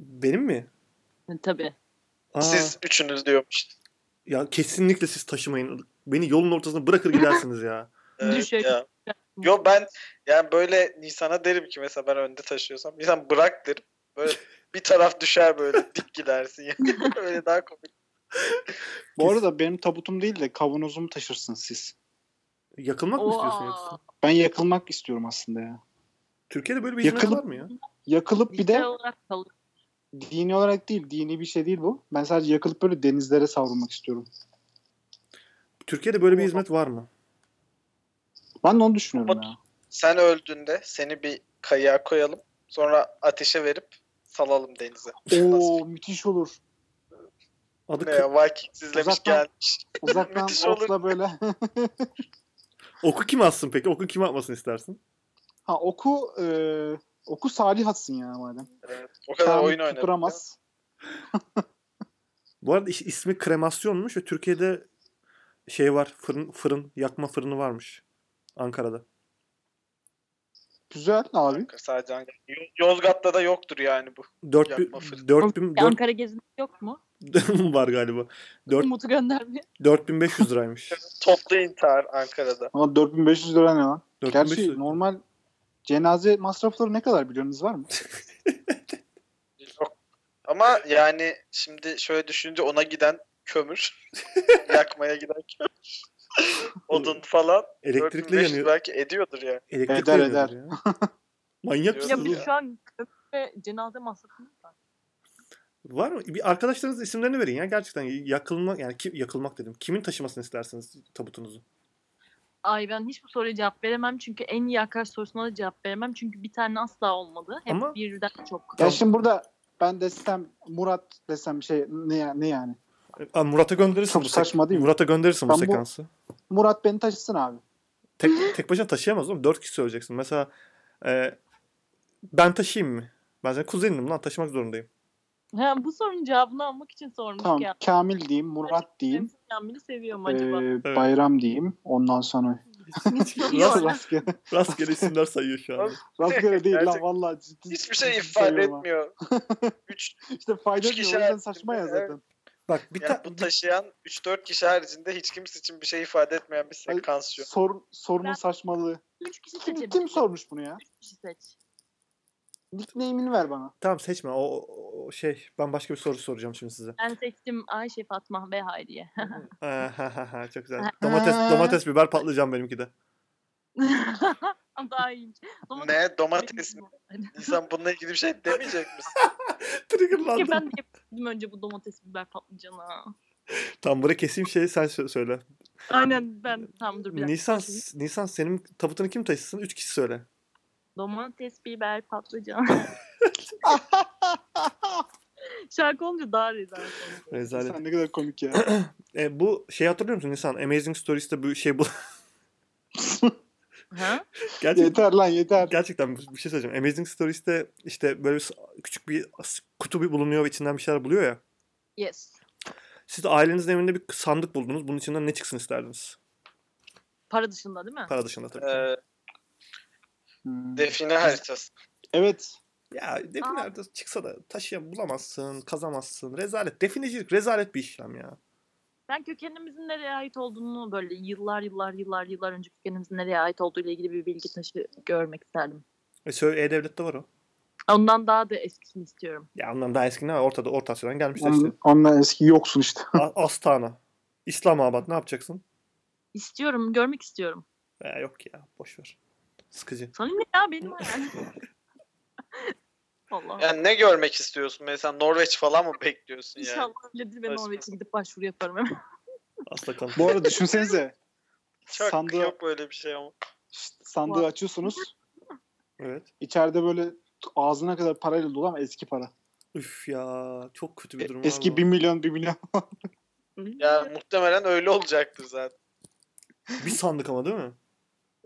Benim mi?
E, tabii.
Aa,
Siz üçünüz diyormuş.
Ya kesinlikle siz taşımayın. Beni yolun ortasına bırakır gidersiniz ya.
Evet
Düşer.
ya. Yo ben yani böyle Nisan'a derim ki mesela ben önde taşıyorsam Nisan bırak derim. Böyle bir taraf düşer böyle dik gidersin yani. Öyle daha komik.
Bu arada benim tabutum değil de kavanozumu taşırsınız siz.
Yakılmak mı istiyorsun yoksa?
Oha.
Ben yakılmak istiyorum aslında ya.
Türkiye'de böyle bir hizmet
Yakılıp-
var mı ya?
Yakılıp bir de
Güzel olarak kalır.
dini olarak değil, dini bir şey değil bu. Ben sadece yakılıp böyle denizlere savrulmak istiyorum.
Türkiye'de böyle bir hizmet var mı?
Ben de onu düşünüyorum ya.
Sen öldüğünde seni bir kayığa koyalım. Sonra ateşe verip salalım denize. Nasıl
Oo müthiş olur.
Adı
ne
kı-
ya Viking izlemiş
Uzaktan-
gelmiş.
Uzaktan
Müthiş olur.
okla böyle.
Oku kime atsın peki? Oku kime atmasını istersin?
ha oku e, oku Salih atsın ya madem.
Evet, o kadar
Kamil
oyun oynadık.
Tutturamaz.
Bu arada iş- ismi kremasyonmuş ve Türkiye'de şey var. Fırın, fırın, yakma fırını varmış. Ankara'da.
Güzel abi.
Bakın Sadece Ankara. Yo- Yozgat'ta da yoktur yani bu. Yakma
4000
fırını.
4000 dört-
Ankara gezmek yok mu?
var galiba. Dört-
Umut'u göndermiyor.
4500 liraymış.
Toplu intihar Ankara'da.
Ama 4500 lira ne lan?
4500
Gerçi normal cenaze masrafları ne kadar biliyorsunuz var mı?
Yok. Ama yani şimdi şöyle düşününce ona giden kömür. yakmaya giden kömür. Odun falan.
elektrikli
4500
yanıyor.
Belki ediyordur yani.
Elektrikli
Eder,
yanıyordur ya. Manyak
Ya
Ya
mısınız?
biz
biz
oğlum?
şu
şu an cenaze masrafını
Var mı? Bir arkadaşlarınızın isimlerini verin ya. Gerçekten yakılmak yani kim, yakılmak dedim. Kimin taşımasını istersiniz tabutunuzu?
Ay ben hiç bu soruya cevap veremem çünkü en iyi arkadaş sorusuna da cevap veremem çünkü bir tane asla olmadı. Hep
Ama-
birden çok.
ya şimdi burada ben desem Murat desem şey ne, ya- ne yani?
Aa, E, Murat'a gönderirsin
Çok
bu sek-
saçma değil mi?
Murat'a gönderirsin bu
Ben bu-
sekansı.
Murat beni taşısın abi.
Tek, tek başına taşıyamaz oğlum. Dört kişi söyleyeceksin. Mesela e, ben taşıyayım mı? Ben senin kuzenim lan taşımak zorundayım.
Ha, bu sorunun cevabını almak için sormuş
Tamam
ya.
Kamil diyeyim, Murat diyeyim,
Hepsi Kamil'i seviyorum
ee,
acaba.
Bayram diyeyim. Ondan sonra
Nasıl?
Yok.
rastgele,
Rastgele isimler sayıyor şu an.
rastgele değil lan
Gerçekten.
vallahi ciddi.
Hiçbir şey
ciddi
ifade
söylüyorum ha.
etmiyor. şey Üç,
İşte fayda
Hiç
etmiyor. O
kişi
yüzden saçma ya
hayatında,
zaten.
Bak bir
yani
tane
bu taşıyan 3-4 kişi haricinde hiç kimse için bir şey ifade etmeyen bir
Ay,
sekans yok.
Sor, sorunun
Ben-
saçmalığı.
Üç kişi
Kim,
seçebilir.
kim sormuş bunu ya?
Üç kişi seç.
Nickname'ini ver bana.
tamam seçme. O, o- o şey ben başka bir soru soracağım şimdi size. Ee,
Ben seçtim Ayşe, Fatma ve Hayriye.
Ahahaha, Çok güzel. Domates domates biber patlıcan benimki de.
Daha iyi.
Ne? Domates mi? İnsan bununla ilgili bir şey demeyecek misin?
Keşke
Triggerlandım.
ben de yapayım önce bu domates biber patlıcanı.
Tam buraya keseyim şey sen sö- söyle.
Aynen ben tam dur bir dakika.
Nisan, Nisan senin tabutunu kim taşısın? Üç kişi söyle.
Domates, biber, patlıcan. Şarkı olunca daha rezalet oluyor.
Rezalet.
Sen ne kadar komik ya.
E, bu şey hatırlıyor musun Nisan? Amazing Stories'te bu şey bu.
Ha?
Gerçekten
yeter lan yeter.
Gerçekten bir bir şey söyleyeceğim. Amazing Stories'te işte böyle s- küçük bir as- kutu bir bulunuyor ve içinden bir şeyler buluyor ya.
Yes.
Siz de ailenizin evinde bir sandık buldunuz. Bunun içinden ne çıksın isterdiniz?
Para dışında değil mi?
Para dışında tabii. ki.
Ee,
Hmm.
define haritası.
Evet.
Ya define
Aa.
haritası çıksa da taşıya bulamazsın, kazamazsın. Rezalet. Definecilik rezalet bir işlem ya.
Ben kökenimizin nereye ait olduğunu böyle yıllar yıllar yıllar yıllar önce kökenimizin nereye ait olduğuyla ilgili bir bilgi taşı görmek isterdim.
E, Sö- E-Devlet'te var o.
Ondan daha da eskisini istiyorum.
Ya ondan daha eski ne var? Ortada Orta Asya'dan
şey
gelmişler işte.
On, ondan eski yoksun işte.
A- Astana. İslamabad ne yapacaksın?
İstiyorum, görmek istiyorum.
Ya Ee, yok ya boş ver. Sıkıcı.
Sana ne ya benim hayalim. Allah.
Yani ne görmek istiyorsun? Mesela Norveç falan mı bekliyorsun yani?
İnşallah öyledir ve
Saçma.
Norveç'e gidip başvuru yaparım hemen.
Asla kan.
Bu arada düşünsenize.
Çok
sandığı
yok böyle bir şey ama.
sandığı açıyorsunuz.
Evet.
İçeride böyle t- ağzına kadar parayla dolu ama eski para.
Üf ya çok kötü bir durum var
E, Eski
bu.
1 milyon 1 milyon.
Ya muhtemelen öyle olacaktır zaten.
Bir sandık ama değil mi?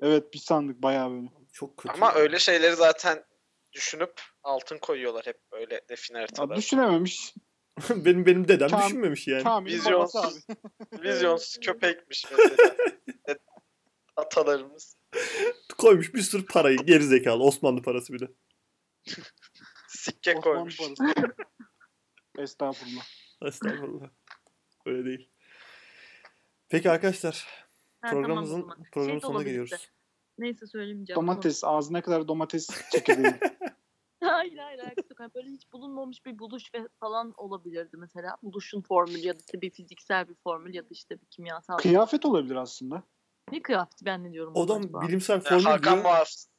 evet bir sandık bayağı böyle.
Çok kötü.
Ama
ya.
öyle şeyleri zaten düşünüp altın koyuyorlar hep böyle define
Ya,
haritalar.
düşünememiş.
benim benim dedem
Tam-
düşünmemiş yani.
Kamil
Vizyonsuz.
babası abi.
Vizyonsuz köpekmiş mesela. Ded- Atalarımız.
Koymuş bir sürü parayı gerizekalı Osmanlı parası bir de.
Sikke
Osmanlı
şey koymuş.
parası. Estağfurullah.
Estağfurullah. öyle değil. Peki arkadaşlar
Ha, tamam o
programımızın
zaman. Şey
programın
de
sonuna
olabilir
geliyoruz.
de. Neyse söylemeyeceğim.
Domates ağzına kadar domates çekirdeği.
Hayır hayır alakası yok. Yani Böyle hiç bulunmamış bir buluş ve falan olabilirdi mesela. Buluşun formülü ya da işte bir fiziksel bir formül ya da işte bir kimyasal.
Kıyafet olabilir aslında.
ne kıyafeti ben ne diyorum?
O da
acaba?
bilimsel
Yani
formül
Hakan
diyor.
Muhafız.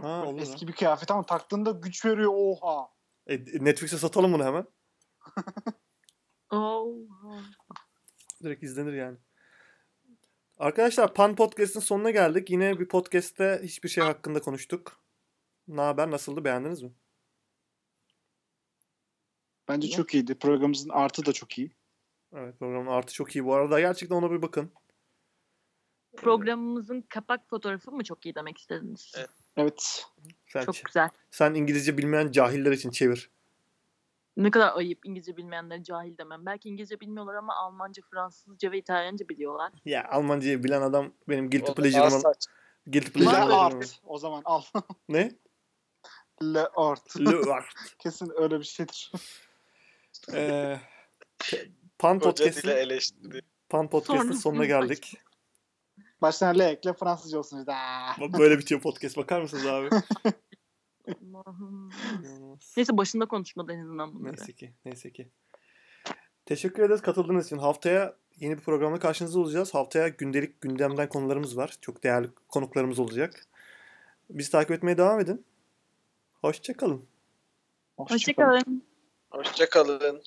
Ha olur. ha.
Eski bir kıyafet ama taktığında güç veriyor oha.
E, Netflix'e satalım bunu hemen.
Oo.
Direkt izlenir yani. Arkadaşlar Pan Podcast'in sonuna geldik. Yine bir podcast'te hiçbir şey hakkında konuştuk. Ne haber? Nasıldı? Beğendiniz mi?
Bence çok iyiydi. Programımızın artı da çok iyi.
Evet programın artı çok iyi bu arada. Gerçekten ona bir bakın.
Programımızın kapak fotoğrafı mı çok iyi demek istediniz?
Evet.
Evet.
Sen,
Çok güzel.
sen İngilizce bilmeyen cahiller için çevir.
Ne kadar ayıp İngilizce bilmeyenlere cahil demem. Belki İngilizce bilmiyorlar ama Almanca, Fransızca ve İtalyanca biliyorlar.
Ya Almancayı bilen adam benim guilty
O da daha
pleasure'ım.
saç.
Guilty
Le
pleasure
Maalesef.
olabilir mi?
art. O zaman al.
Ne?
Le art.
Le Art.
Kesin öyle bir şeydir.
Ee, te- Pan
Koca dile
Podcast'in
eleştirdi.
Pan Podcast'in
Sonra-
sonuna geldik.
Baştan le ekle Fransızca olsun işte. Ah, Aa.
Bak Böyle bitiyor podcast. Bakar mısınız abi?
Allah'ım. Neyse başında konuşmadı en azından bunları.
neyse ki. Neyse ki. Teşekkür ederiz katıldığınız için. Haftaya yeni bir programla karşınızda olacağız. Haftaya gündelik gündemden konularımız var. Çok değerli konuklarımız olacak. Bizi takip etmeye devam edin. Hoşçakalın.
Hoşçakalın.
Hoşçakalın.